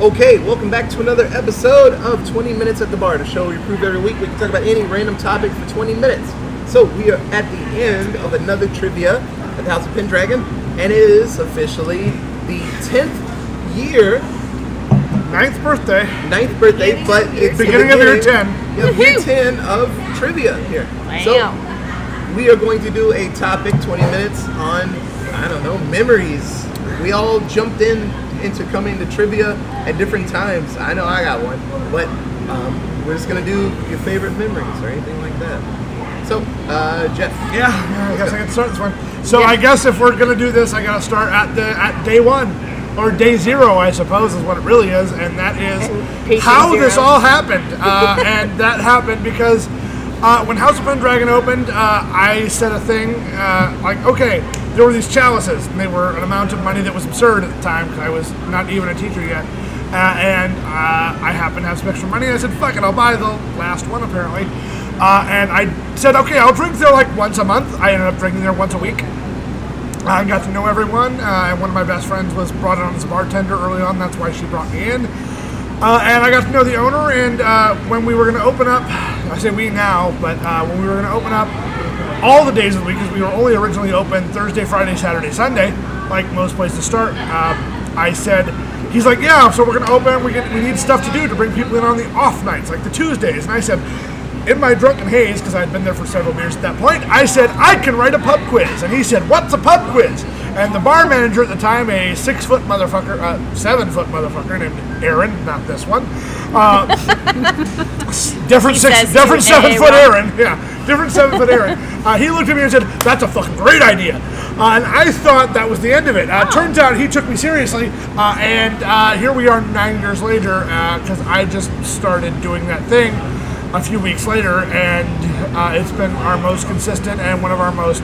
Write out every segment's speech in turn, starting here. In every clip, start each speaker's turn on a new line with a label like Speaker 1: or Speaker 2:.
Speaker 1: Okay, welcome back to another episode of 20 Minutes at the Bar, the show we prove every week we can talk about any random topic for 20 minutes. So we are at the end of another trivia at the House of Pendragon, and it is officially the 10th year,
Speaker 2: Ninth birthday.
Speaker 1: ninth birthday,
Speaker 3: Beginning
Speaker 1: but
Speaker 3: of year
Speaker 1: it's the
Speaker 2: Beginning of year
Speaker 1: beginning
Speaker 2: 10.
Speaker 1: of year
Speaker 3: Woohoo!
Speaker 1: 10 of trivia here. So
Speaker 3: Wow.
Speaker 1: we are going to do a topic 20 minutes on, I don't know, memories. We all jumped in into coming to trivia at different times. I know I got one, but um, we're just going to do your favorite memories or anything like that. So, uh, Jeff.
Speaker 3: Oh,
Speaker 2: Yeah, I guess I can start this one. So I guess if we're gonna do this, I gotta start at the at day one or day zero, I suppose, is what it really is, and that
Speaker 3: And
Speaker 2: is
Speaker 3: patient
Speaker 2: how this
Speaker 3: zero.
Speaker 2: all happened. Uh, and that happened because uh, when House of Pendragon opened, uh, I said a thing uh, like, okay, there were these chalices, and they were an amount of money that was absurd at the time because I was not even a teacher yet. Uh, and uh, I happened to have some extra money. I said, fuck it, I'll buy the last one, apparently. Uh, and I said, okay, I'll drink there like once a month. I ended up drinking there once a week. I got to know everyone. Uh, and one of my best friends was brought on as a bartender early on. That's why she brought me in. Uh, and I got to know the owner. And uh, when we were going to open up, I say we now, but uh, when we were going to open up all the days of the week, because we were only originally open Thursday, Friday, Saturday, Sunday, like most places start, uh, I said, he's like, yeah, so we're going to open. We, get, we need stuff to do to bring people in on the off nights, like the Tuesdays. And I said, in my drunken haze, because I'd been there for several beers at that point, I said, I can write a pub quiz. And he said, What's a pub quiz? And the bar manager at the time, a six foot motherfucker, uh, seven foot motherfucker named Aaron, not this one, uh, s- different
Speaker 3: He
Speaker 2: six,
Speaker 3: says
Speaker 2: different
Speaker 3: you,
Speaker 2: seven foot
Speaker 3: A1.
Speaker 2: Aaron, yeah, different seven foot Aaron, uh, he looked at me and said, That's a fucking great idea. Uh, and I thought that was the end of it.
Speaker 3: Oh.
Speaker 2: Uh, Turns out he took me seriously, uh, and uh, here we are nine years later, because I just started doing that thing a few weeks later, and uh, it's been our most consistent and one of our most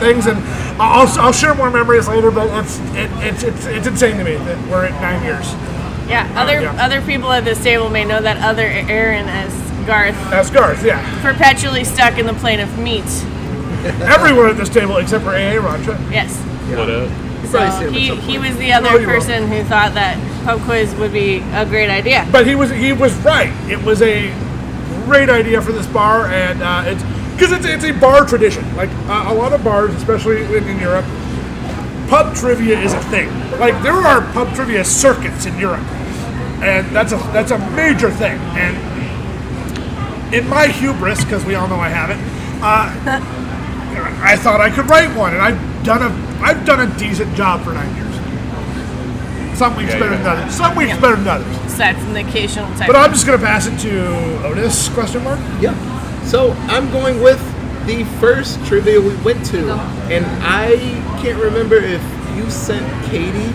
Speaker 2: things. And I'll, I'll share more memories later, but it's it, it's it's it's insane to me that we're at nine years.
Speaker 3: Yeah. Other
Speaker 2: yeah.
Speaker 3: other people at this table may know that other Aaron as Garth,
Speaker 2: That's Garth, yeah.
Speaker 3: perpetually stuck in the plane of meat.
Speaker 2: Everyone at this table except for AA Rancha.
Speaker 3: Yes.
Speaker 4: What up?
Speaker 1: You
Speaker 3: So
Speaker 1: probably see him at
Speaker 3: he,
Speaker 1: some
Speaker 3: he
Speaker 1: point.
Speaker 3: was the other
Speaker 2: No, you won't.
Speaker 3: person who thought that pub quiz would be a great idea.
Speaker 2: But he was he was right. It was a great idea for this bar, and uh, it's because it's it's a bar tradition. Like uh, a lot of bars, especially in, in Europe, pub trivia is a thing. Like there are pub trivia circuits in Europe, and that's a that's a major thing. And in my hubris, because we all know I have it, uh, I thought I could write one, and I've done a I've done a decent job for nine years. Some weeks
Speaker 4: Yeah,
Speaker 2: better
Speaker 4: yeah.
Speaker 2: than others. Some weeks better than others.
Speaker 3: Aside from the occasional type.
Speaker 2: But I'm just gonna pass it to Otis? Question mark.
Speaker 1: Yeah. So I'm going with the first trivia we went to, and I can't remember if you sent Katie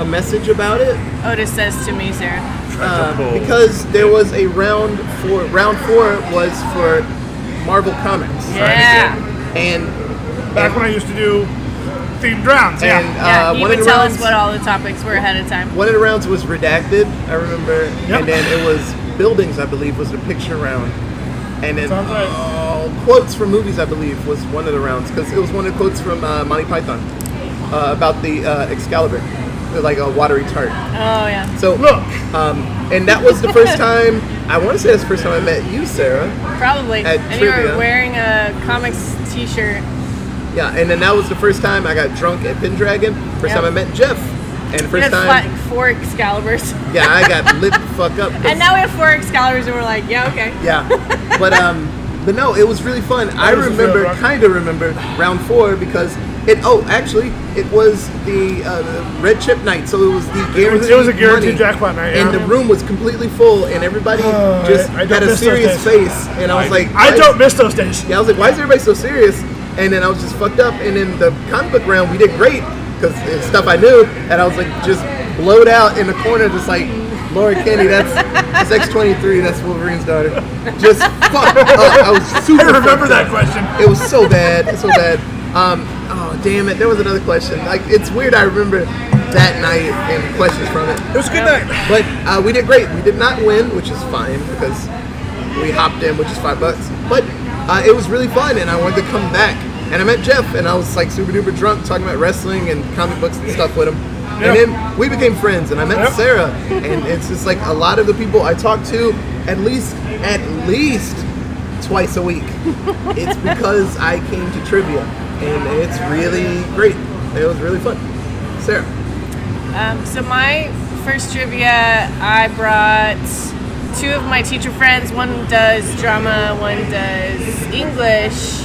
Speaker 1: a message about it
Speaker 3: Otis says to me, Sarah.
Speaker 1: uh, because there was a round four. Round four was for Marvel Comics,
Speaker 3: Yeah.
Speaker 1: and
Speaker 2: Back when I used to do themed rounds.
Speaker 1: and
Speaker 2: Yeah.
Speaker 1: uh,
Speaker 3: yeah. He
Speaker 1: one of
Speaker 3: would
Speaker 1: the
Speaker 3: tell
Speaker 1: rounds
Speaker 3: us what all the topics were ahead of time.
Speaker 1: one of the rounds was redacted. I remember,
Speaker 2: Yep.
Speaker 1: and then it was buildings. I believe was the picture round, and then
Speaker 2: Sounds right.
Speaker 1: uh, quotes from movies. I believe was one of the rounds because it was one of the quotes from uh, Monty Python uh, about the uh, Excalibur, like a watery tart.
Speaker 3: Oh yeah.
Speaker 1: So
Speaker 2: Look.
Speaker 1: um, and that was the first time. I want to say that's the first time I met you, Sarah.
Speaker 3: Probably.
Speaker 1: At
Speaker 3: and you
Speaker 1: trivia.
Speaker 3: were wearing a comics t-shirt.
Speaker 1: Yeah, and then that was the first time I got drunk at Pendragon. First
Speaker 3: Yeah.
Speaker 1: time I met Jeff, and the
Speaker 3: We
Speaker 1: first
Speaker 3: had
Speaker 1: time,
Speaker 3: flat, four Excaliburs.
Speaker 1: yeah, I got lit the fuck up. 'cause-
Speaker 3: And now we have four Excaliburs, and we're like, yeah, okay.
Speaker 1: yeah, but um, but no, it was really fun. I
Speaker 2: was a thrill,
Speaker 1: remember,
Speaker 2: Rock.
Speaker 1: kind of remember round four because it. Oh, actually, it was the uh, red chip night, so it was the
Speaker 2: It was-
Speaker 1: guaranteed.
Speaker 2: it was a guaranteed
Speaker 1: money.
Speaker 2: jackpot night,
Speaker 1: and
Speaker 2: yeah.
Speaker 1: the room was completely full, and everybody
Speaker 2: Oh,
Speaker 1: just
Speaker 2: I- I don't
Speaker 1: had a
Speaker 2: miss those
Speaker 1: serious
Speaker 2: days.
Speaker 1: face, and I was like,
Speaker 2: I
Speaker 1: "Why
Speaker 2: don't miss those days.
Speaker 1: Yeah, I was like, why is everybody so serious? And then I was just fucked up. And in the comic book round, we did great because it's stuff I knew. And I was like, just blowed out in the corner, just like, Laura Kenny, that's, that's X23, that's Wolverine's daughter. Just fucked up. I was super.
Speaker 2: I remember
Speaker 1: fucked
Speaker 2: that
Speaker 1: up.
Speaker 2: question.
Speaker 1: It was so bad. It's so bad. Um, oh, damn it. There was another question. Like, it's weird I remember that night and questions from it.
Speaker 2: It was a good night.
Speaker 1: But uh, we did great. We did not win, which is fine because we hopped in, which is five bucks. But uh, it was really fun, and I wanted to come back. And I met Jeff, and I was like super duper drunk talking about wrestling and comic books and stuff with him.
Speaker 2: Yeah.
Speaker 1: And then we became friends, and I met
Speaker 2: Yep.
Speaker 1: Sarah. And it's just like a lot of the people I talk to, at least at least twice a week. it's because I came to trivia, and it's really great. It was really fun. Sarah,
Speaker 3: Um, so my first trivia, I brought two of my teacher friends. One does drama, one does English,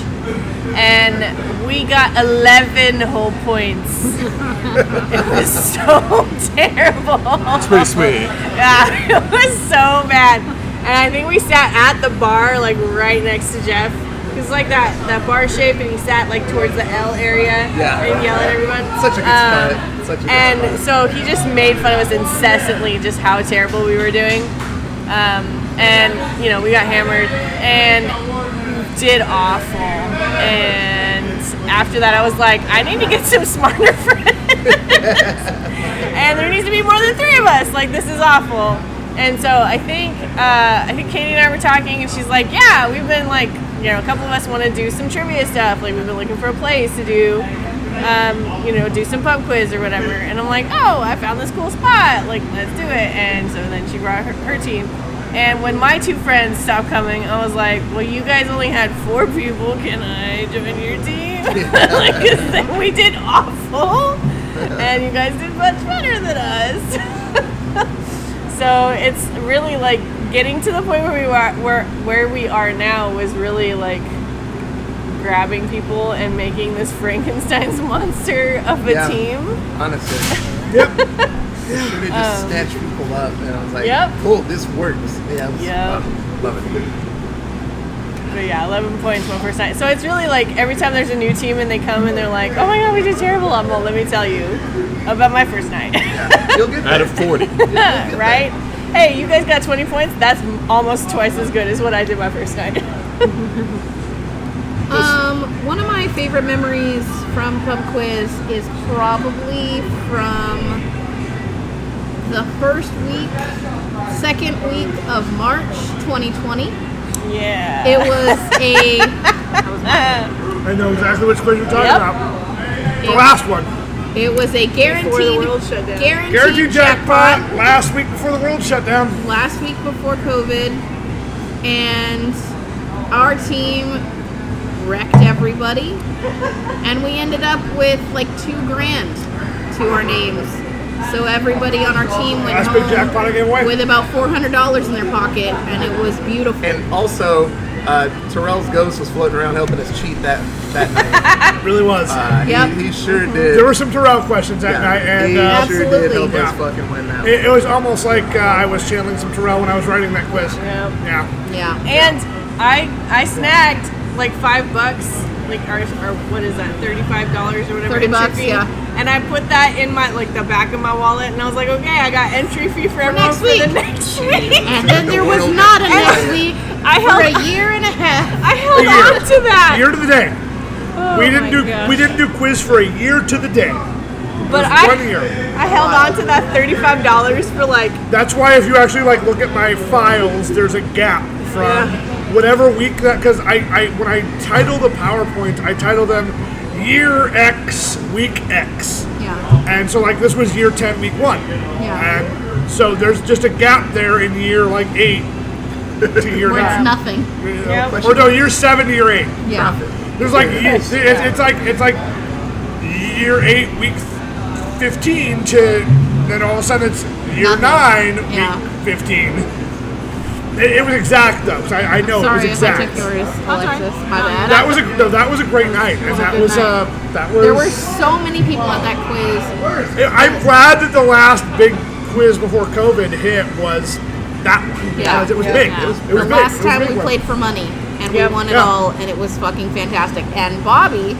Speaker 3: and we got eleven whole points. it was so terrible.
Speaker 4: It's pretty sweet.
Speaker 3: Yeah, it was so bad. And I think we sat at the bar, like right next to Jeff. He's like that that bar shape, and he sat like towards the L area
Speaker 1: Yeah.
Speaker 3: and yelled at everyone.
Speaker 1: Such a good
Speaker 3: Um,
Speaker 1: spot. Such a good
Speaker 3: and
Speaker 1: spot.
Speaker 3: so he just made fun of us incessantly, just how terrible we were doing. Um, and you know, we got hammered and did awful. And after that, I was like, I need to get some smarter friends and there needs to be more than three of us. Like this is awful. And so I think uh, I think Katie and I were talking, and she's like, "Yeah, we've been like, you know, a couple of us want to do some trivia stuff. Like we've been looking for a place to do, um, you know, do some pub quiz or whatever." And I'm like, "Oh, I found this cool spot. Like let's do it." And so then she brought her, her team. And when my two friends stopped coming, I was like, "Well, you guys only had four people. Can I join your team?" like 'cause then we did awful and you guys did much better than us. so it's really like getting to the point where we are where where we are now was really like grabbing people and making this Frankenstein's monster of a
Speaker 1: Yeah.
Speaker 3: team.
Speaker 1: honestly,
Speaker 2: Yep.
Speaker 1: should have just
Speaker 5: Um,
Speaker 1: snatched people up, and I was like,
Speaker 3: Yep.
Speaker 1: cool, this works. Yeah, it was
Speaker 3: Yep.
Speaker 1: awesome. love it.
Speaker 3: But yeah, 11 points my first night. So it's really like every time there's a new team and they come and they're like, "Oh my god, we did terrible." I'm well, let me tell you about my first night.
Speaker 1: You'll get
Speaker 4: Out
Speaker 1: there.
Speaker 4: of 40.
Speaker 3: right? Hey, you guys got 20 points. That's almost twice as good as what I did my first night.
Speaker 5: Um, one of my favorite memories from Pub Quiz is probably from the first week, second week of March 2020.
Speaker 3: Yeah.
Speaker 5: It was a
Speaker 2: I know exactly which quiz you're talking
Speaker 3: Yep.
Speaker 2: about. The last one.
Speaker 5: it was
Speaker 3: Before the
Speaker 5: a guaranteed
Speaker 3: world shut down.
Speaker 5: guaranteed,
Speaker 2: Guaranteed jackpot last week before the world shut down.
Speaker 5: last week before COVID, and our team wrecked everybody, and we ended up with like two grand to our names. So everybody on our team went
Speaker 2: Last big jackpot I gave away.
Speaker 5: home with about four hundred dollars in their pocket, and it was beautiful.
Speaker 1: And also, uh, Terrell's ghost was floating around helping us cheat that that night.
Speaker 2: It really was.
Speaker 1: Uh, he-
Speaker 5: Yep.
Speaker 1: he, sure did.
Speaker 2: there were some Terrell questions that
Speaker 1: Yeah,
Speaker 2: night, and
Speaker 1: he
Speaker 2: uh,
Speaker 5: Yep.
Speaker 1: sure did help
Speaker 5: Absolutely.
Speaker 1: us fucking win that.
Speaker 2: it, it was almost like uh, I was channeling some Terrell when I was writing that quiz.
Speaker 3: Yep.
Speaker 2: Yeah.
Speaker 5: Yeah,
Speaker 3: And I I snagged like five bucks, like or, or what is that, thirty five dollars or whatever.
Speaker 5: 30
Speaker 3: entry
Speaker 5: bucks,
Speaker 3: fee.
Speaker 5: yeah.
Speaker 3: And I put that in my like the back of my wallet, and I was like, okay, I got entry fee for everyone
Speaker 5: next
Speaker 3: for the
Speaker 5: week.
Speaker 3: next week.
Speaker 5: and then there was
Speaker 1: world-
Speaker 5: not a next week
Speaker 3: I
Speaker 5: for
Speaker 3: held
Speaker 5: a year and a half.
Speaker 3: I held
Speaker 2: A year.
Speaker 3: on to that.
Speaker 2: Year to the day.
Speaker 3: Oh
Speaker 2: we didn't do
Speaker 3: my gosh.
Speaker 2: we didn't do quiz for a year to the day.
Speaker 3: But
Speaker 2: One
Speaker 3: I
Speaker 2: year.
Speaker 3: I held on to that thirty five dollars for like
Speaker 2: That's why if you actually like look at my files, there's a gap from whatever week that because I, I when I title the PowerPoint, I title them year X week X.
Speaker 5: Yeah,
Speaker 2: And so like this was year ten week one.
Speaker 5: Yeah.
Speaker 2: And so there's just a gap there in year like eight to year
Speaker 5: where it's
Speaker 2: nine.
Speaker 5: nothing.
Speaker 2: You know,
Speaker 3: Yep.
Speaker 2: Or no, year seven to year eight.
Speaker 5: Yeah,
Speaker 2: There's like it's, it's, it's like it's like year eight, week fifteen to then all of a sudden it's year
Speaker 5: Nothing.
Speaker 2: nine,
Speaker 5: Yeah.
Speaker 2: week fifteen. It, it was exact though, 'cause I, I know it was
Speaker 5: sorry if I
Speaker 2: exact.
Speaker 5: took yours,
Speaker 3: alright.
Speaker 5: Alexis. My bad.
Speaker 2: That was a no, that was a great night, and that
Speaker 5: good
Speaker 2: was
Speaker 5: night.
Speaker 2: uh that was.
Speaker 5: There were so many people at that quiz.
Speaker 2: I'm glad that the last big quiz before COVID hit was that one
Speaker 5: Yeah.
Speaker 2: because it was
Speaker 5: Yeah.
Speaker 2: big.
Speaker 5: Yeah.
Speaker 2: It was, it
Speaker 5: the
Speaker 2: was big.
Speaker 5: last
Speaker 2: It was a
Speaker 5: time
Speaker 2: big
Speaker 5: we
Speaker 2: one.
Speaker 5: played for money and
Speaker 2: Yep.
Speaker 5: we won it
Speaker 2: Yeah.
Speaker 5: all and it was fucking fantastic. And Bobby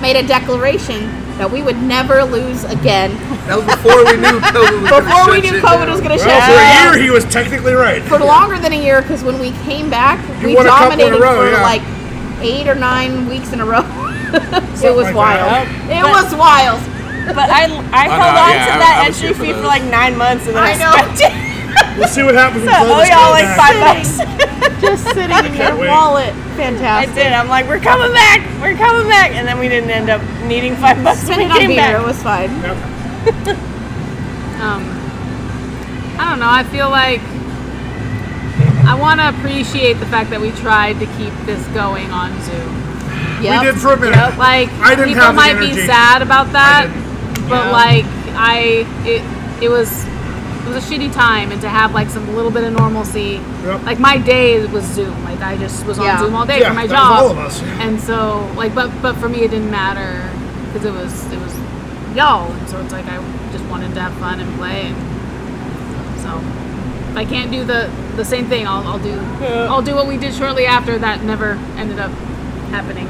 Speaker 5: made a declaration that we would never lose again.
Speaker 1: That was before we knew COVID was gonna
Speaker 5: Before we
Speaker 1: shut
Speaker 5: knew
Speaker 1: shit
Speaker 5: COVID
Speaker 1: down.
Speaker 5: was gonna shut down.
Speaker 2: Well, for a year he was technically right.
Speaker 5: For longer than a year because when we came back,
Speaker 2: You
Speaker 5: we
Speaker 2: won a couple in a
Speaker 5: dominated
Speaker 2: row,
Speaker 5: for
Speaker 2: yeah.
Speaker 5: like eight or nine weeks in a row. it was
Speaker 2: like that.
Speaker 5: wild. It
Speaker 3: But-
Speaker 5: was wild.
Speaker 3: but I I
Speaker 4: Oh,
Speaker 3: held
Speaker 4: no,
Speaker 3: on
Speaker 4: yeah,
Speaker 3: to
Speaker 4: I-
Speaker 3: that
Speaker 4: I was
Speaker 3: entry
Speaker 4: here for
Speaker 3: fee for
Speaker 4: those.
Speaker 3: like nine months and then I,
Speaker 5: I know.
Speaker 3: spent it.
Speaker 2: We'll see what happens when
Speaker 3: Oh
Speaker 2: COVID goes
Speaker 3: y'all like
Speaker 2: back.
Speaker 3: five bucks.
Speaker 5: Just sitting in your
Speaker 2: wait.
Speaker 5: wallet.
Speaker 3: I
Speaker 5: Fantastic.
Speaker 3: did. I'm like, we're coming back. We're coming back. And then we didn't end up needing five bucks.
Speaker 5: Spent
Speaker 3: when
Speaker 5: it
Speaker 3: we
Speaker 5: on
Speaker 3: came
Speaker 5: beer. It
Speaker 3: back.
Speaker 5: was fine.
Speaker 4: Um, I don't know. I feel like I want to appreciate the fact that we tried to keep this going on Zoom.
Speaker 5: Yep.
Speaker 2: We did for a minute.
Speaker 4: Yep, like
Speaker 2: I didn't
Speaker 4: people
Speaker 2: have the
Speaker 4: might be
Speaker 2: energy.
Speaker 4: sad about that, but
Speaker 5: Yeah.
Speaker 4: like I, it, it was it was a shitty time, and to have like some little bit of normalcy.
Speaker 2: Yep.
Speaker 4: Like my day was Zoom. Like I just was
Speaker 5: Yeah.
Speaker 4: on Zoom all day
Speaker 2: Yeah,
Speaker 4: for my
Speaker 2: that was
Speaker 4: job.
Speaker 2: all of us.
Speaker 4: And so like, but but for me it didn't matter because it was it was y'all, and so it's like I just wanted to have fun and play. And so if I can't do the the same thing, I'll, I'll do I'll do what we did shortly after that never ended up happening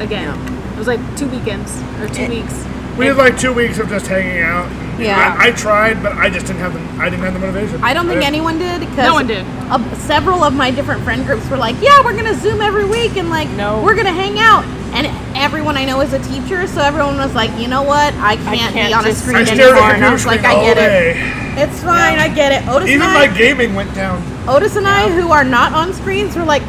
Speaker 4: again. It was like two weekends or two
Speaker 3: Eh.
Speaker 4: weeks.
Speaker 2: We had like two weeks of just hanging out.
Speaker 5: Yeah.
Speaker 2: I, I tried, but I just didn't have the I didn't have the motivation.
Speaker 5: I don't think
Speaker 2: didn't-
Speaker 5: anyone did. 'cause
Speaker 4: No one did.
Speaker 5: a- several of my different friend groups were like, "Yeah, we're gonna Zoom every week and like
Speaker 3: No.
Speaker 5: we're gonna hang out." And everyone I know is a teacher, so everyone was like, "You know what? I can't, be
Speaker 3: can't
Speaker 5: on a
Speaker 3: just-
Speaker 5: screen
Speaker 2: I stared
Speaker 5: anymore."
Speaker 2: at
Speaker 5: And
Speaker 2: the
Speaker 5: I
Speaker 2: computer
Speaker 5: was like,
Speaker 2: screen
Speaker 5: "I
Speaker 2: all
Speaker 5: get it.
Speaker 2: day.
Speaker 5: It's fine. I get it." Otis
Speaker 2: Even
Speaker 5: and
Speaker 2: my
Speaker 5: I,
Speaker 2: gaming went down.
Speaker 5: Otis and I, who are not on screens, were like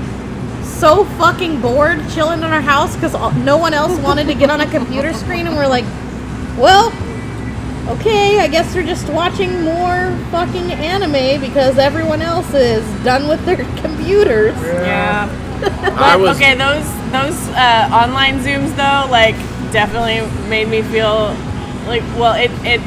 Speaker 5: so fucking bored chilling in our house because no one else wanted to get on a computer screen, and we're like, well, okay, I guess we're just watching more fucking anime because everyone else is done with their computers.
Speaker 3: Yeah.
Speaker 6: I
Speaker 3: But,
Speaker 6: was-
Speaker 3: okay, those those uh, online zooms though, like definitely made me feel like well, it it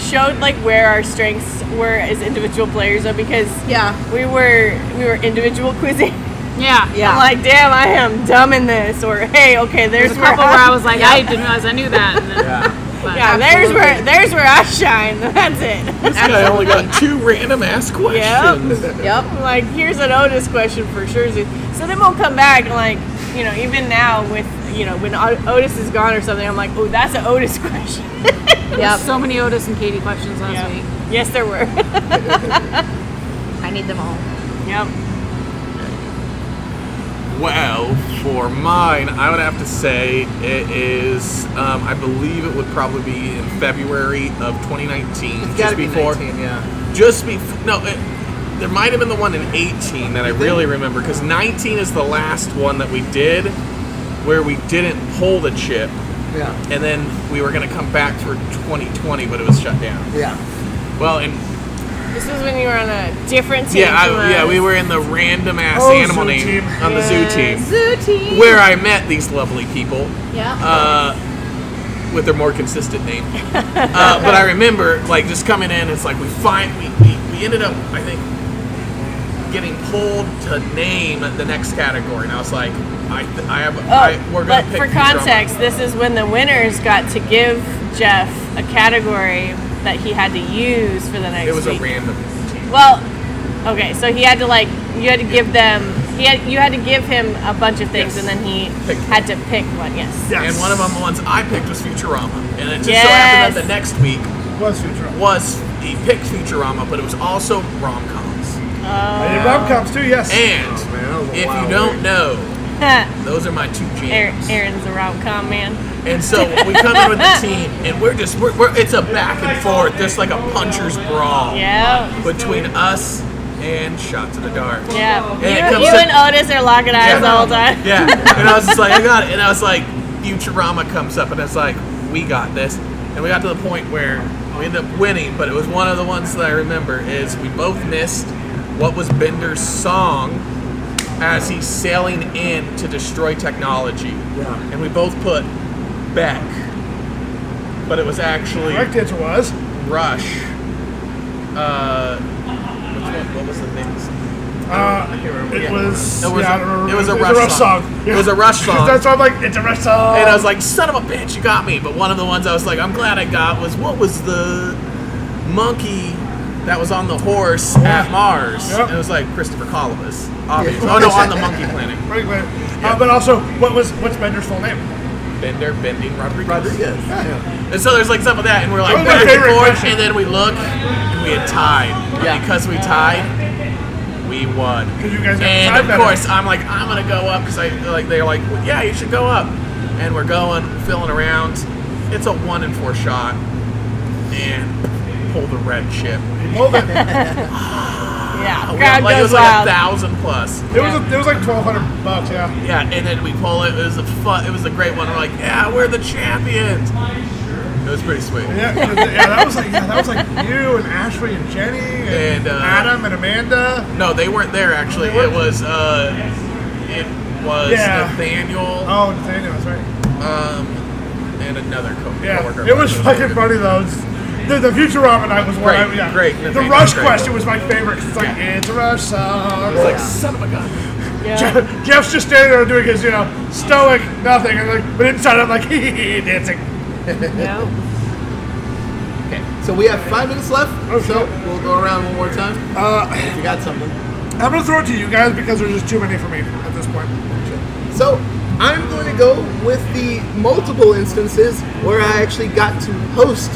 Speaker 3: showed like where our strengths were as individual players though because
Speaker 5: Yeah.
Speaker 3: we were we were individual quizzing.
Speaker 4: Yeah.
Speaker 5: Yeah.
Speaker 3: I'm like, damn, I am dumb in this, or hey, okay, there's,
Speaker 4: There's a
Speaker 3: where
Speaker 4: couple where I
Speaker 3: I,
Speaker 4: was like, I didn't realize I knew that. And then, but-
Speaker 3: yeah, there's where there's where I shine. That's it.
Speaker 6: This guy only got two random ass questions.
Speaker 5: Yep.
Speaker 3: I'm like, here's an Otis question for sure. So then we'll come back and like, you know, even now with you know when O- Otis is gone or something, I'm like, oh, that's an Otis question.
Speaker 5: Yep.
Speaker 4: So many Otis and Katie questions last
Speaker 3: Yeah.
Speaker 4: week.
Speaker 3: Yes, there were.
Speaker 5: I need them all.
Speaker 3: yep.
Speaker 6: Well, for mine, I would have to say it is. Um, I believe it would probably be in February of 2019,
Speaker 1: Gotta
Speaker 6: just
Speaker 1: be
Speaker 6: before.
Speaker 1: 19, yeah.
Speaker 6: Just before. No, it, there might have been the one in 18 that I really remember because 19 is the last one that we did, where we didn't pull the chip,
Speaker 1: Yeah.
Speaker 6: and then we were going to come back for 2020, but it was shut down.
Speaker 1: Yeah.
Speaker 6: Well, and
Speaker 3: This was when you were on a different team.
Speaker 6: yeah, I,
Speaker 3: from
Speaker 6: yeah,
Speaker 3: us.
Speaker 6: we were in the random ass
Speaker 2: Oh,
Speaker 6: animal
Speaker 2: zoo
Speaker 6: name
Speaker 2: team.
Speaker 6: on the zoo
Speaker 3: Yes.
Speaker 6: team.
Speaker 5: Zoo team.
Speaker 6: where I met these lovely people
Speaker 5: Yeah.
Speaker 6: uh, with their more consistent name. Uh, but I remember, like, just coming in, it's like we find we, we, we ended up, I think, getting pulled to name the next category, and I was like, I I have
Speaker 3: Oh,
Speaker 6: I, we're
Speaker 3: but
Speaker 6: gonna pick
Speaker 3: for
Speaker 6: these drama-
Speaker 3: context, this is when the winners got to give Jeff a category that he had to use for the next
Speaker 6: It was a
Speaker 3: week.
Speaker 6: random.
Speaker 3: well, okay, so he had to like you had to give them he had you had to give him a bunch of things
Speaker 6: Yes.
Speaker 3: and then he
Speaker 6: Pick.
Speaker 3: had to pick one. Yes.
Speaker 2: Yes.
Speaker 6: And one of them, the ones I picked was Futurama, and it just so
Speaker 3: Yes.
Speaker 6: happened that the next week
Speaker 2: was Futurama.
Speaker 6: was he picked Futurama, but it was also rom coms.
Speaker 2: I did rom coms too. Yes.
Speaker 6: And
Speaker 1: Oh, man, that was a
Speaker 6: if
Speaker 1: wild
Speaker 6: you don't
Speaker 1: week.
Speaker 6: know, those are my two
Speaker 3: Aaron,
Speaker 6: jams.
Speaker 3: Aaron's a rom com man.
Speaker 6: And so we come in with the team, and we're just we're, we're it's a back and forth, just like a puncher's brawl
Speaker 3: Yeah.
Speaker 6: between us and shots to the dark.
Speaker 3: Yeah.
Speaker 6: it
Speaker 3: You,
Speaker 6: comes
Speaker 3: you
Speaker 6: to-
Speaker 3: and Otis are locking eyes the whole time.
Speaker 6: Yeah. And I was just like, I got it. And I was like, Futurama comes up, and it's like, we got this. And we got to the point where we ended up winning, but it was one of the ones that I remember is we both missed what was Bender's song as he's sailing in to destroy technology.
Speaker 1: Yeah.
Speaker 6: And we both put Beck, but it was actually
Speaker 2: Correct answer was
Speaker 6: Rush. Uh, which one, what was the thing?
Speaker 2: uh, it
Speaker 6: Yeah.
Speaker 2: was
Speaker 6: It was-
Speaker 2: yeah, I don't remember.
Speaker 6: it was a
Speaker 2: a
Speaker 6: Rush
Speaker 2: rough
Speaker 6: song.
Speaker 2: song.
Speaker 6: It was a Rush song.
Speaker 2: that's why I'm like it's a Rush song.
Speaker 6: And I was like, son of a bitch, you got me. But one of the ones I was like, I'm glad I got was what was the monkey that was on the horse at Mars?
Speaker 2: Yep.
Speaker 6: And it was like Christopher Columbus. Obvious. Oh no, on the monkey planet.
Speaker 2: Right, right. Uh, but also, what was what's Bender's full name?
Speaker 6: Bender bending Rodriguez.
Speaker 1: Rodriguez.
Speaker 6: And so there's like some of that, and we're like
Speaker 2: That was my
Speaker 6: back and
Speaker 2: favorite
Speaker 6: forth,
Speaker 2: question.
Speaker 6: and then we look, and we had tied. And because we tied, we won.
Speaker 2: 'Cause you guys got
Speaker 6: and
Speaker 2: tied
Speaker 6: of
Speaker 2: better.
Speaker 6: course, I'm like, I'm gonna go up because I like they're like, well, yeah, you should go up, and we're going, filling around. It's a one in four shot, and pull the red chip.
Speaker 2: Well, it, it
Speaker 3: Yeah.
Speaker 6: We
Speaker 3: Crowd
Speaker 6: got, like, it
Speaker 3: goes
Speaker 6: was like a
Speaker 3: wild.
Speaker 6: thousand plus.
Speaker 2: was a, it was like twelve hundred bucks. Yeah.
Speaker 6: Yeah, and then we pull it. It was a fun. It was a great one. We're like, yeah, we're the champions. It was pretty sweet.
Speaker 2: Yeah, 'cause- yeah, that was like yeah, that was like you and Ashley and Jenny and,
Speaker 6: And, uh,
Speaker 2: Adam and Amanda.
Speaker 6: No, they weren't there actually. It was uh, it was
Speaker 2: Yeah.
Speaker 6: Nathaniel
Speaker 2: Oh, Nathaniel, that's right.
Speaker 6: um, and another co-
Speaker 2: Yeah,
Speaker 6: coworker.
Speaker 2: it was fucking funny though. It's- The, the Futurama night was one. I,
Speaker 6: Great,
Speaker 2: yeah.
Speaker 6: great.
Speaker 2: The
Speaker 6: Nathaniel,
Speaker 2: Rush
Speaker 6: great.
Speaker 2: question was my favorite. 'cause It's like it's a Rush song.
Speaker 6: It's like son of a gun.
Speaker 2: Jeff, Jeff's just standing there doing his, you know, stoic nothing, and like, but inside I'm like, hee hee hee, dancing.
Speaker 1: Okay, so we have five minutes left.
Speaker 2: Oh,
Speaker 1: so
Speaker 2: shit.
Speaker 1: we'll go around one more time. if you got something.
Speaker 2: Uh, I'm gonna throw it to you guys because there's just too many for me at this point.
Speaker 1: So I'm going to go with the multiple instances where I actually got to host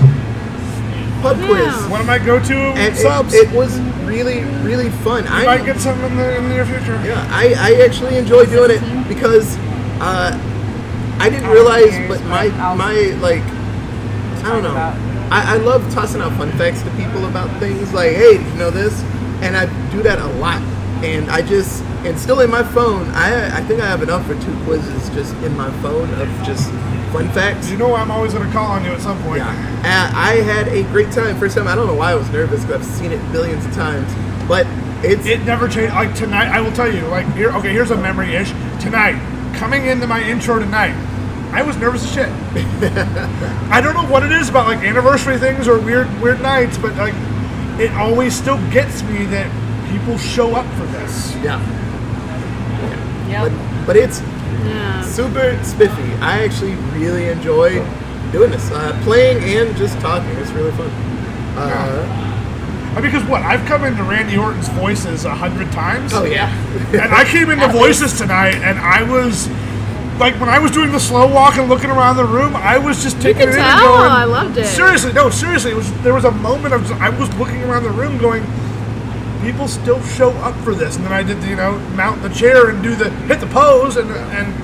Speaker 1: pub quiz,
Speaker 2: One of my go-to
Speaker 1: and
Speaker 2: subs.
Speaker 1: it, it was really really fun. I
Speaker 2: might get some in the, in the near future.
Speaker 1: Yeah, I, I actually enjoy doing it because uh, I didn't realize, but my my like I don't know. I, I love tossing out fun facts to people about things like, hey, did you know this? And I do that a lot. And I just and still in my phone, I I think I have enough for two quizzes just in my phone of just fun facts.
Speaker 2: You know I'm always gonna call on you at some point.
Speaker 1: Yeah. And I had a great time. First time, I don't know why I was nervous because I've seen it billions of times. But it's
Speaker 2: It never changed. Like tonight, I will tell you. Like here, okay, here's a memory ish. Tonight, coming into my intro tonight, I was nervous as shit. I don't know what it is about like anniversary things or weird weird nights, but like it always still gets me that people show up for this.
Speaker 1: yeah.
Speaker 3: Yep.
Speaker 1: But, but it's
Speaker 4: Yeah.
Speaker 1: super spiffy. I actually really enjoy doing this, uh, playing and just talking. It's really fun. Uh,
Speaker 2: I mean, because what I've come into Randy Orton's voices a hundred times.
Speaker 1: oh yeah,
Speaker 2: and I came into voices tonight, and I was like, when I was doing the slow walk and looking around the room, I was just taking
Speaker 4: could
Speaker 2: it in and
Speaker 4: tell,
Speaker 2: going.
Speaker 4: I loved it.
Speaker 2: Seriously, no, seriously, it was there was a moment of I was looking around the room going. People still show up for this, and then I did, the, you know, mount the chair and do the hit the pose, and and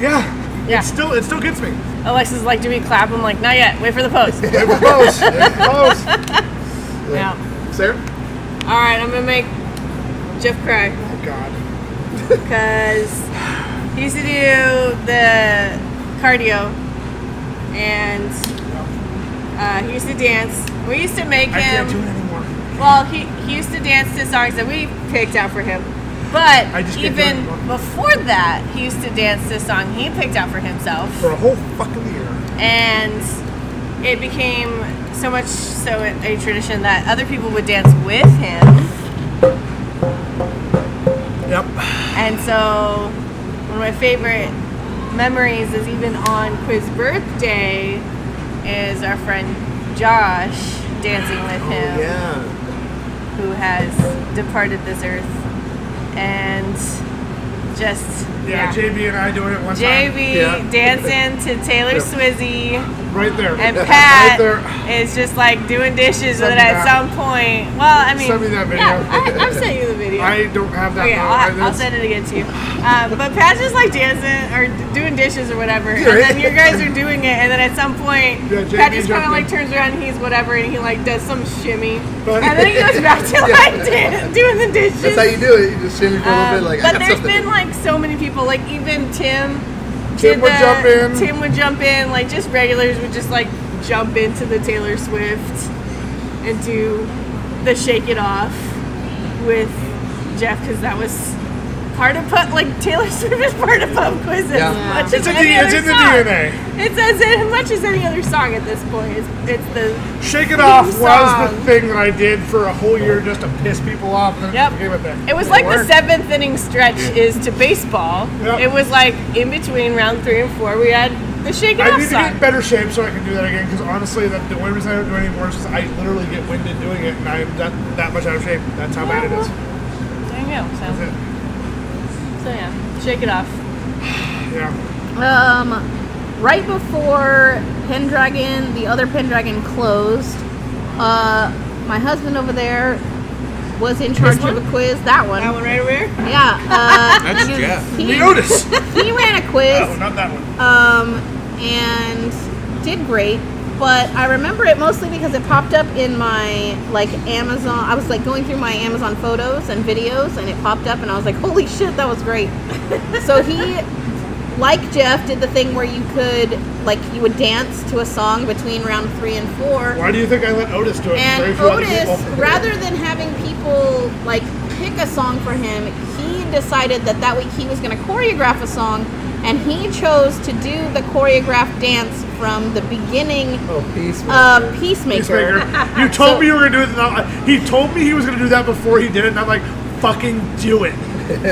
Speaker 2: yeah,
Speaker 3: Yeah.
Speaker 2: it still it still gets me.
Speaker 3: Alexa's like, do we clap? I'm like, not yet. Wait for the post.
Speaker 2: Hit the pose, hit the pose.
Speaker 3: yeah.
Speaker 1: Sarah.
Speaker 3: All right, I'm gonna make Jeff cry
Speaker 2: Oh God,
Speaker 3: because he used to do the cardio and uh, he used to dance. We used to make
Speaker 2: I can't do it
Speaker 3: him.
Speaker 2: anymore.
Speaker 3: Well, he, he used to dance to songs that we picked out for him. But
Speaker 2: I just can't do it
Speaker 3: even
Speaker 2: anymore.
Speaker 3: before that, he used to dance to a song he picked out for himself.
Speaker 2: For a whole fucking
Speaker 1: Oh,
Speaker 2: year,
Speaker 3: and it became so much so a tradition that other people would dance with him
Speaker 2: yep.
Speaker 3: and so one of my favorite memories is even on quiz birthday is our friend josh dancing with him
Speaker 1: Oh, Yeah,
Speaker 3: who has departed this earth and just
Speaker 2: Yeah,
Speaker 3: yeah,
Speaker 2: JB and I doing it one time,
Speaker 3: JB
Speaker 1: Yeah.
Speaker 3: dancing to Taylor Swizzy.
Speaker 2: right there,
Speaker 3: And
Speaker 2: right
Speaker 3: Pat
Speaker 2: there.
Speaker 3: is just like doing dishes,
Speaker 2: Send
Speaker 3: and
Speaker 2: me
Speaker 3: then at
Speaker 2: that.
Speaker 3: some point, well, I mean,
Speaker 2: Send me that video.
Speaker 3: Yeah, I, I've sent you the video.
Speaker 2: I don't have that.
Speaker 3: okay,
Speaker 2: now.
Speaker 3: I'll,
Speaker 2: I-
Speaker 3: I'll send it again to you. Um, but Pat's just like dancing or d- doing dishes or whatever, and
Speaker 1: You're
Speaker 3: then
Speaker 1: right.
Speaker 3: you guys are doing it, and then at some point,
Speaker 2: Yeah, JB
Speaker 3: Pat just kind
Speaker 2: jumped
Speaker 3: of like
Speaker 2: in.
Speaker 3: turns around and he's whatever, and he like does some shimmy,
Speaker 2: But-
Speaker 3: and then he goes back to like dan- doing the dishes.
Speaker 1: that's how you do it. You just shimmy for a little bit,
Speaker 3: Um,
Speaker 1: like I
Speaker 3: but
Speaker 1: got
Speaker 3: there's
Speaker 1: something.
Speaker 3: been like so many people, like even Tim.
Speaker 2: Tim
Speaker 3: did
Speaker 2: would
Speaker 3: the-
Speaker 2: jump in.
Speaker 3: Tim would jump in. Like just regulars would just like jump into the Taylor Swift and do the Shake It Off with Jeff because that was part of pub. Like Taylor Swift is part of pub quizzes.
Speaker 1: Yeah.
Speaker 3: as Much
Speaker 2: It's
Speaker 3: as
Speaker 2: in
Speaker 3: any
Speaker 2: the- it's
Speaker 3: other
Speaker 2: in the
Speaker 3: song.
Speaker 2: DNA.
Speaker 3: It's as in- much as any other song at this point. It's, it's the
Speaker 2: Shake It Off was
Speaker 3: theme
Speaker 2: the
Speaker 3: song.
Speaker 2: thing that I did for a whole year just to piss people off. And then
Speaker 3: Yep.
Speaker 2: became a thing.
Speaker 3: It was like the
Speaker 2: worked.
Speaker 3: seventh inning stretch is to baseball.
Speaker 2: Yep.
Speaker 3: It was like in between round three and four, we had the shake it
Speaker 2: I
Speaker 3: off
Speaker 2: need to get in
Speaker 3: song.
Speaker 2: better shape so I can do that again because honestly, that, the only reason I don't do it anymore is 'cause I literally get winded doing it and I'm that, that much out of shape. That's how bad it is.
Speaker 3: There you go. So, so yeah, shake it off.
Speaker 2: Yeah.
Speaker 5: Um, right before Pendragon, the other Pendragon closed, uh, my husband over there was in charge of a quiz. That one.
Speaker 3: That one right over here.
Speaker 5: Yeah.
Speaker 6: That's Jeff.
Speaker 5: Uh, he,
Speaker 2: The Otis.
Speaker 5: he ran a quiz
Speaker 2: oh, not that one.
Speaker 5: um, and did great. But I remember it mostly because it popped up in my like Amazon. I was like going through my Amazon photos and videos, and it popped up, and I was like, "Holy shit, that was great!" so he like Jeff, did the thing where you could, like, you would dance to a song between round three and four.
Speaker 2: Why do you think I let Otis do it? Very
Speaker 5: And
Speaker 2: few other
Speaker 5: Otis,
Speaker 2: people.
Speaker 5: rather than having people like pick a song for him, he decided that that week he was going to choreograph a song, and he chose to do the choreographed dance from the beginning
Speaker 1: Oh, peace.
Speaker 5: um, of Peacemaker.
Speaker 2: Peacemaker. You told
Speaker 5: So-
Speaker 2: me you were gonna do it. And I, he told me he was gonna do that before he did it, and I'm like, fucking do it.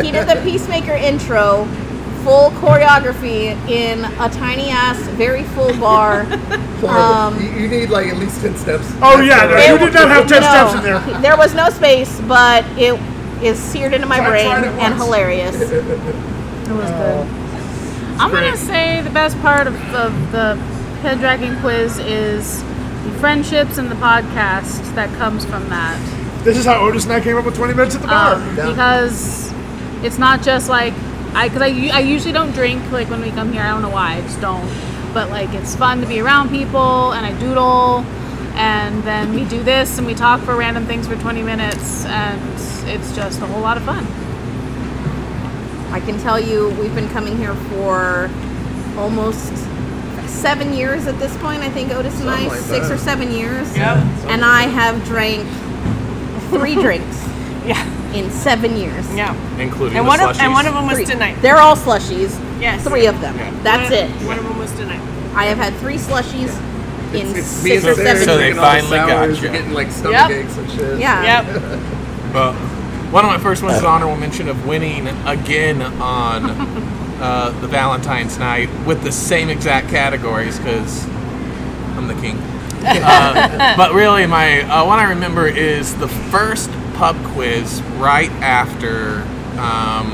Speaker 5: he did the Peacemaker intro, full choreography in a tiny ass, very full bar. um,
Speaker 1: you, you need like at least ten steps.
Speaker 2: Oh, yeah, no, you did not have ten
Speaker 5: No,
Speaker 2: steps in there.
Speaker 5: There was no space, but it is seared into my
Speaker 2: I
Speaker 5: brain
Speaker 2: tried it
Speaker 5: and
Speaker 2: once.
Speaker 5: hilarious.
Speaker 4: I'm gonna say the best part of the, the head dragging quiz is the friendships and the podcast that comes from that.
Speaker 2: This is how Otis and I came up with 20 minutes at the bar.
Speaker 4: um,
Speaker 1: Yeah.
Speaker 4: because it's not just like I because I, u- I usually don't drink like when we come here. I don't know why I just don't. But like it's fun to be around people and I doodle and then we do this and we talk for random things for 20 minutes and it's just a whole lot of fun.
Speaker 5: I can tell you, we've been coming here for almost seven years at this point. I think Otis and I,
Speaker 1: Something like
Speaker 5: six
Speaker 1: that.
Speaker 5: or seven years.
Speaker 3: Yep.
Speaker 5: And I have drank three drinks
Speaker 3: Yeah.
Speaker 5: in seven years.
Speaker 3: Yeah.
Speaker 6: including
Speaker 3: And
Speaker 6: the
Speaker 3: one of
Speaker 6: slushies.
Speaker 3: and one of them was
Speaker 5: Three.
Speaker 3: tonight.
Speaker 5: They're all slushies.
Speaker 3: Yes.
Speaker 5: Three of them.
Speaker 6: Yeah.
Speaker 5: That's
Speaker 3: One-
Speaker 5: it.
Speaker 3: One of them was tonight.
Speaker 5: I have had three slushies in
Speaker 1: It's- it's me
Speaker 5: six
Speaker 1: and
Speaker 5: or
Speaker 1: the bear
Speaker 5: seven
Speaker 6: So
Speaker 5: years.
Speaker 6: they
Speaker 1: drinking all the
Speaker 6: finally got
Speaker 1: sours,
Speaker 6: you.
Speaker 1: Getting like stomach
Speaker 3: Yep.
Speaker 1: aches and shit.
Speaker 5: Yeah.
Speaker 3: Yep.
Speaker 6: But one of my first ones is an honorable mention of winning again on uh, the Valentine's night with the same exact categories because I'm the king. Uh, but really, my uh, one I remember is the first pub quiz right after um,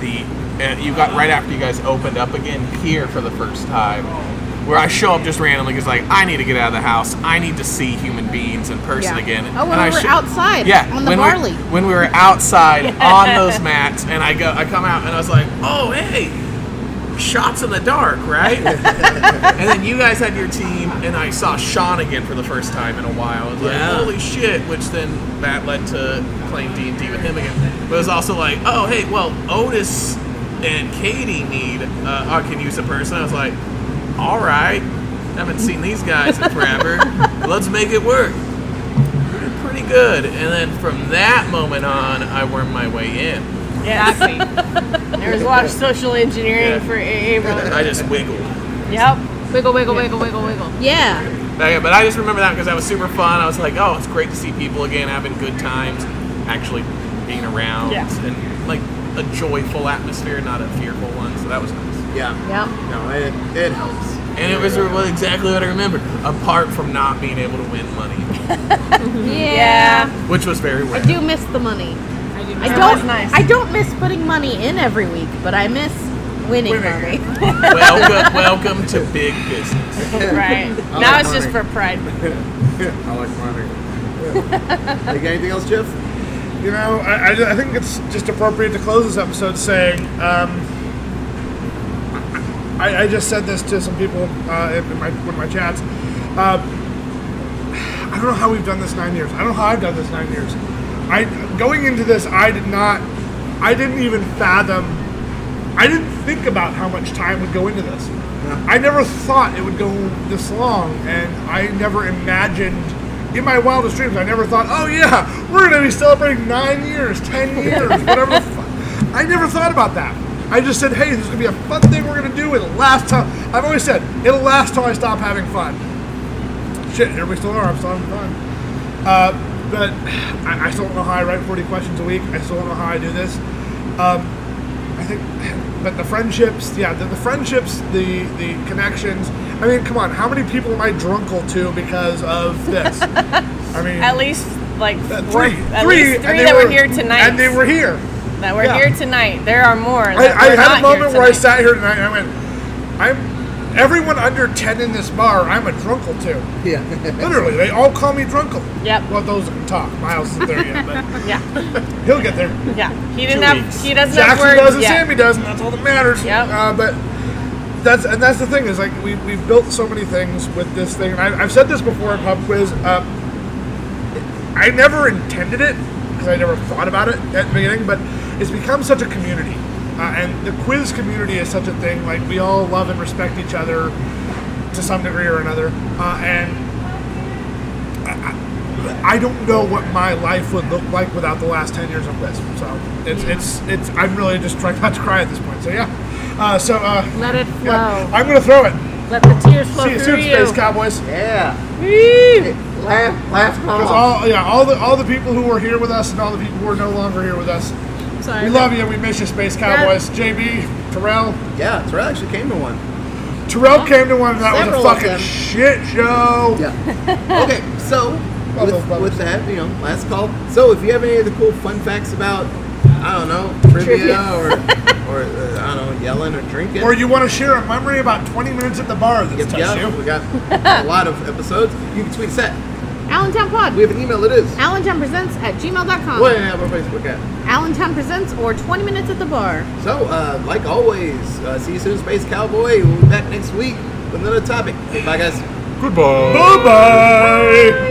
Speaker 6: the uh, you got right after you guys opened up again here for the first time where i show up just randomly because like i need to get out of the house i need to see human beings in person
Speaker 5: Yeah.
Speaker 6: again
Speaker 5: Oh, when
Speaker 6: and I
Speaker 5: we were
Speaker 6: sho-
Speaker 5: outside
Speaker 6: yeah
Speaker 5: on the
Speaker 6: when
Speaker 5: barley.
Speaker 6: we, when we were outside on those mats and i go i come out and i was like oh hey shots in the dark right and then you guys had your team and i saw sean again for the first time in a while I was like
Speaker 7: Yeah.
Speaker 6: holy shit which then that led to playing d&d with him again but it was also like oh hey well otis and katie need uh, i can use a person i was like all right haven't seen these guys in forever let's make it work pretty good. And then from that moment on, I wormed my way in.
Speaker 3: Exactly. there was a lot of social engineering
Speaker 6: Yeah.
Speaker 3: for April.
Speaker 6: I just wiggled.
Speaker 3: Yep.
Speaker 4: Wiggle, wiggle, wiggle, wiggle, wiggle.
Speaker 5: Yeah.
Speaker 6: Okay, But I just remember that because that was super fun. I was like, oh, it's great to see people again, having good times, actually being around,
Speaker 3: Yeah.
Speaker 6: and like a joyful atmosphere, not a fearful one. So that was nice.
Speaker 1: Yeah.
Speaker 5: Yep.
Speaker 1: No, it, it helps.
Speaker 6: And it was well, exactly what I remember, apart from not being able to win money,
Speaker 3: Yeah.
Speaker 6: which was very
Speaker 5: I
Speaker 6: rare.
Speaker 5: do miss the money.
Speaker 4: I do
Speaker 5: I
Speaker 4: not.
Speaker 3: That was
Speaker 5: don't.
Speaker 3: nice.
Speaker 5: I don't miss putting money in every week, but I miss winning,
Speaker 2: Winning.
Speaker 5: money.
Speaker 6: welcome, welcome to big business.
Speaker 3: Right.
Speaker 1: I
Speaker 3: now
Speaker 1: like
Speaker 3: it's just for
Speaker 1: money.
Speaker 3: pride.
Speaker 1: I like money. Yeah. you got anything else, Jeff?
Speaker 2: You know, I, I, I think it's just appropriate to close this episode saying, um, I, I just said this to some people uh, in my, one of my chats. Uh, I don't know how we've done this nine years. I don't know how I've done this nine years. I going into this, I did not, I didn't even fathom. I didn't think about how much time would go into this. I never thought it would go this long, and I never imagined. In my wildest dreams, I never thought, "Oh yeah, we're gonna be celebrating nine years, ten years, whatever." the fu-" I never thought about that. I just said, "Hey, this is gonna be a fun thing we're gonna do." It'll last till I've always said it'll last till I stop having fun. Shit, everybody's still there. I'm still having fun. Uh, but I, I still don't know how I write 40 questions a week. I still don't know how I do this. Um, I think, but the friendships, yeah, the, the friendships, the the connections. I mean, come on, how many people am I drunkle to because of this? I mean,
Speaker 3: At least like
Speaker 2: uh,
Speaker 3: four-
Speaker 2: three,
Speaker 3: at
Speaker 2: three,
Speaker 3: least
Speaker 2: and
Speaker 3: three
Speaker 2: they
Speaker 3: that were, here tonight.
Speaker 2: and they were here.
Speaker 3: that were
Speaker 2: yeah.
Speaker 3: here tonight. There are more.
Speaker 2: I,
Speaker 3: that
Speaker 2: I
Speaker 3: were
Speaker 2: had a
Speaker 3: not here
Speaker 2: moment where I
Speaker 3: tonight.
Speaker 2: sat here tonight and I went, I'm everyone under 10 in this bar, I'm a drunkle too.
Speaker 1: Yeah.
Speaker 2: Literally, they all call me drunkle.
Speaker 3: Yep.
Speaker 2: Well, those that can talk. Miles isn't there yet, but
Speaker 3: Yeah.
Speaker 2: he'll get there.
Speaker 3: Yeah. He didn't
Speaker 6: Two
Speaker 3: have.
Speaker 6: weeks.
Speaker 3: He doesn't have
Speaker 2: Jackson
Speaker 3: words
Speaker 2: does and
Speaker 3: yet.
Speaker 2: Sammy does, and that's all that matters.
Speaker 3: Yep.
Speaker 2: Uh, but that's and that's the thing is like we we've built so many things with this thing. And I, I've said this before in pub quiz. Uh, I never intended it because I never thought about it at the beginning, but it's become such a community. Uh, and the quiz community is such a thing. Like we all love and respect each other to some degree or another. Uh, and I, I, I don't know what my life would look like without the last ten years of quiz. So it's it's it's. I'm really just trying not to cry at this point. So yeah. Uh, so uh,
Speaker 4: Let it flow.
Speaker 2: yeah, I'm gonna throw it.
Speaker 4: Let the tears flow
Speaker 2: See you
Speaker 4: through
Speaker 2: soon,
Speaker 4: you.
Speaker 2: Space Cowboys.
Speaker 1: Yeah.
Speaker 4: Whee!
Speaker 1: Laugh, laugh,
Speaker 2: Because all yeah, all the all the people who were here with us and all the people who are no longer here with us.
Speaker 4: Sorry.
Speaker 2: We love you. We miss you, Space Cowboys. JB, Terrell.
Speaker 1: Yeah, Terrell actually came to one.
Speaker 2: Terrell came to one, and that
Speaker 1: Several
Speaker 2: was a
Speaker 1: of
Speaker 2: fucking
Speaker 1: them.
Speaker 2: shit show.
Speaker 1: Yeah. okay, so with,
Speaker 2: Bubble, bubble.
Speaker 1: with that, you know, last call. So if you have any of the cool fun facts about, I don't know, trivia, or, or uh, I don't know, yelling or drinking.
Speaker 2: Or you want to share a memory about 20 minutes at the bar that's
Speaker 1: Yep,
Speaker 2: touched
Speaker 1: yeah,
Speaker 2: you?
Speaker 1: we got a lot of episodes. You can tweet us at.
Speaker 5: Allentown Pod.
Speaker 1: We have an email. It is.
Speaker 5: Allentown Presents at gmail.com.
Speaker 1: What do you have on Facebook at?
Speaker 5: Allentown Presents or 20 Minutes at the Bar.
Speaker 1: So, uh, like always, uh, see you soon, Space Cowboy. We'll be back next week with another topic. Bye, guys.
Speaker 6: Goodbye.
Speaker 2: Bye bye.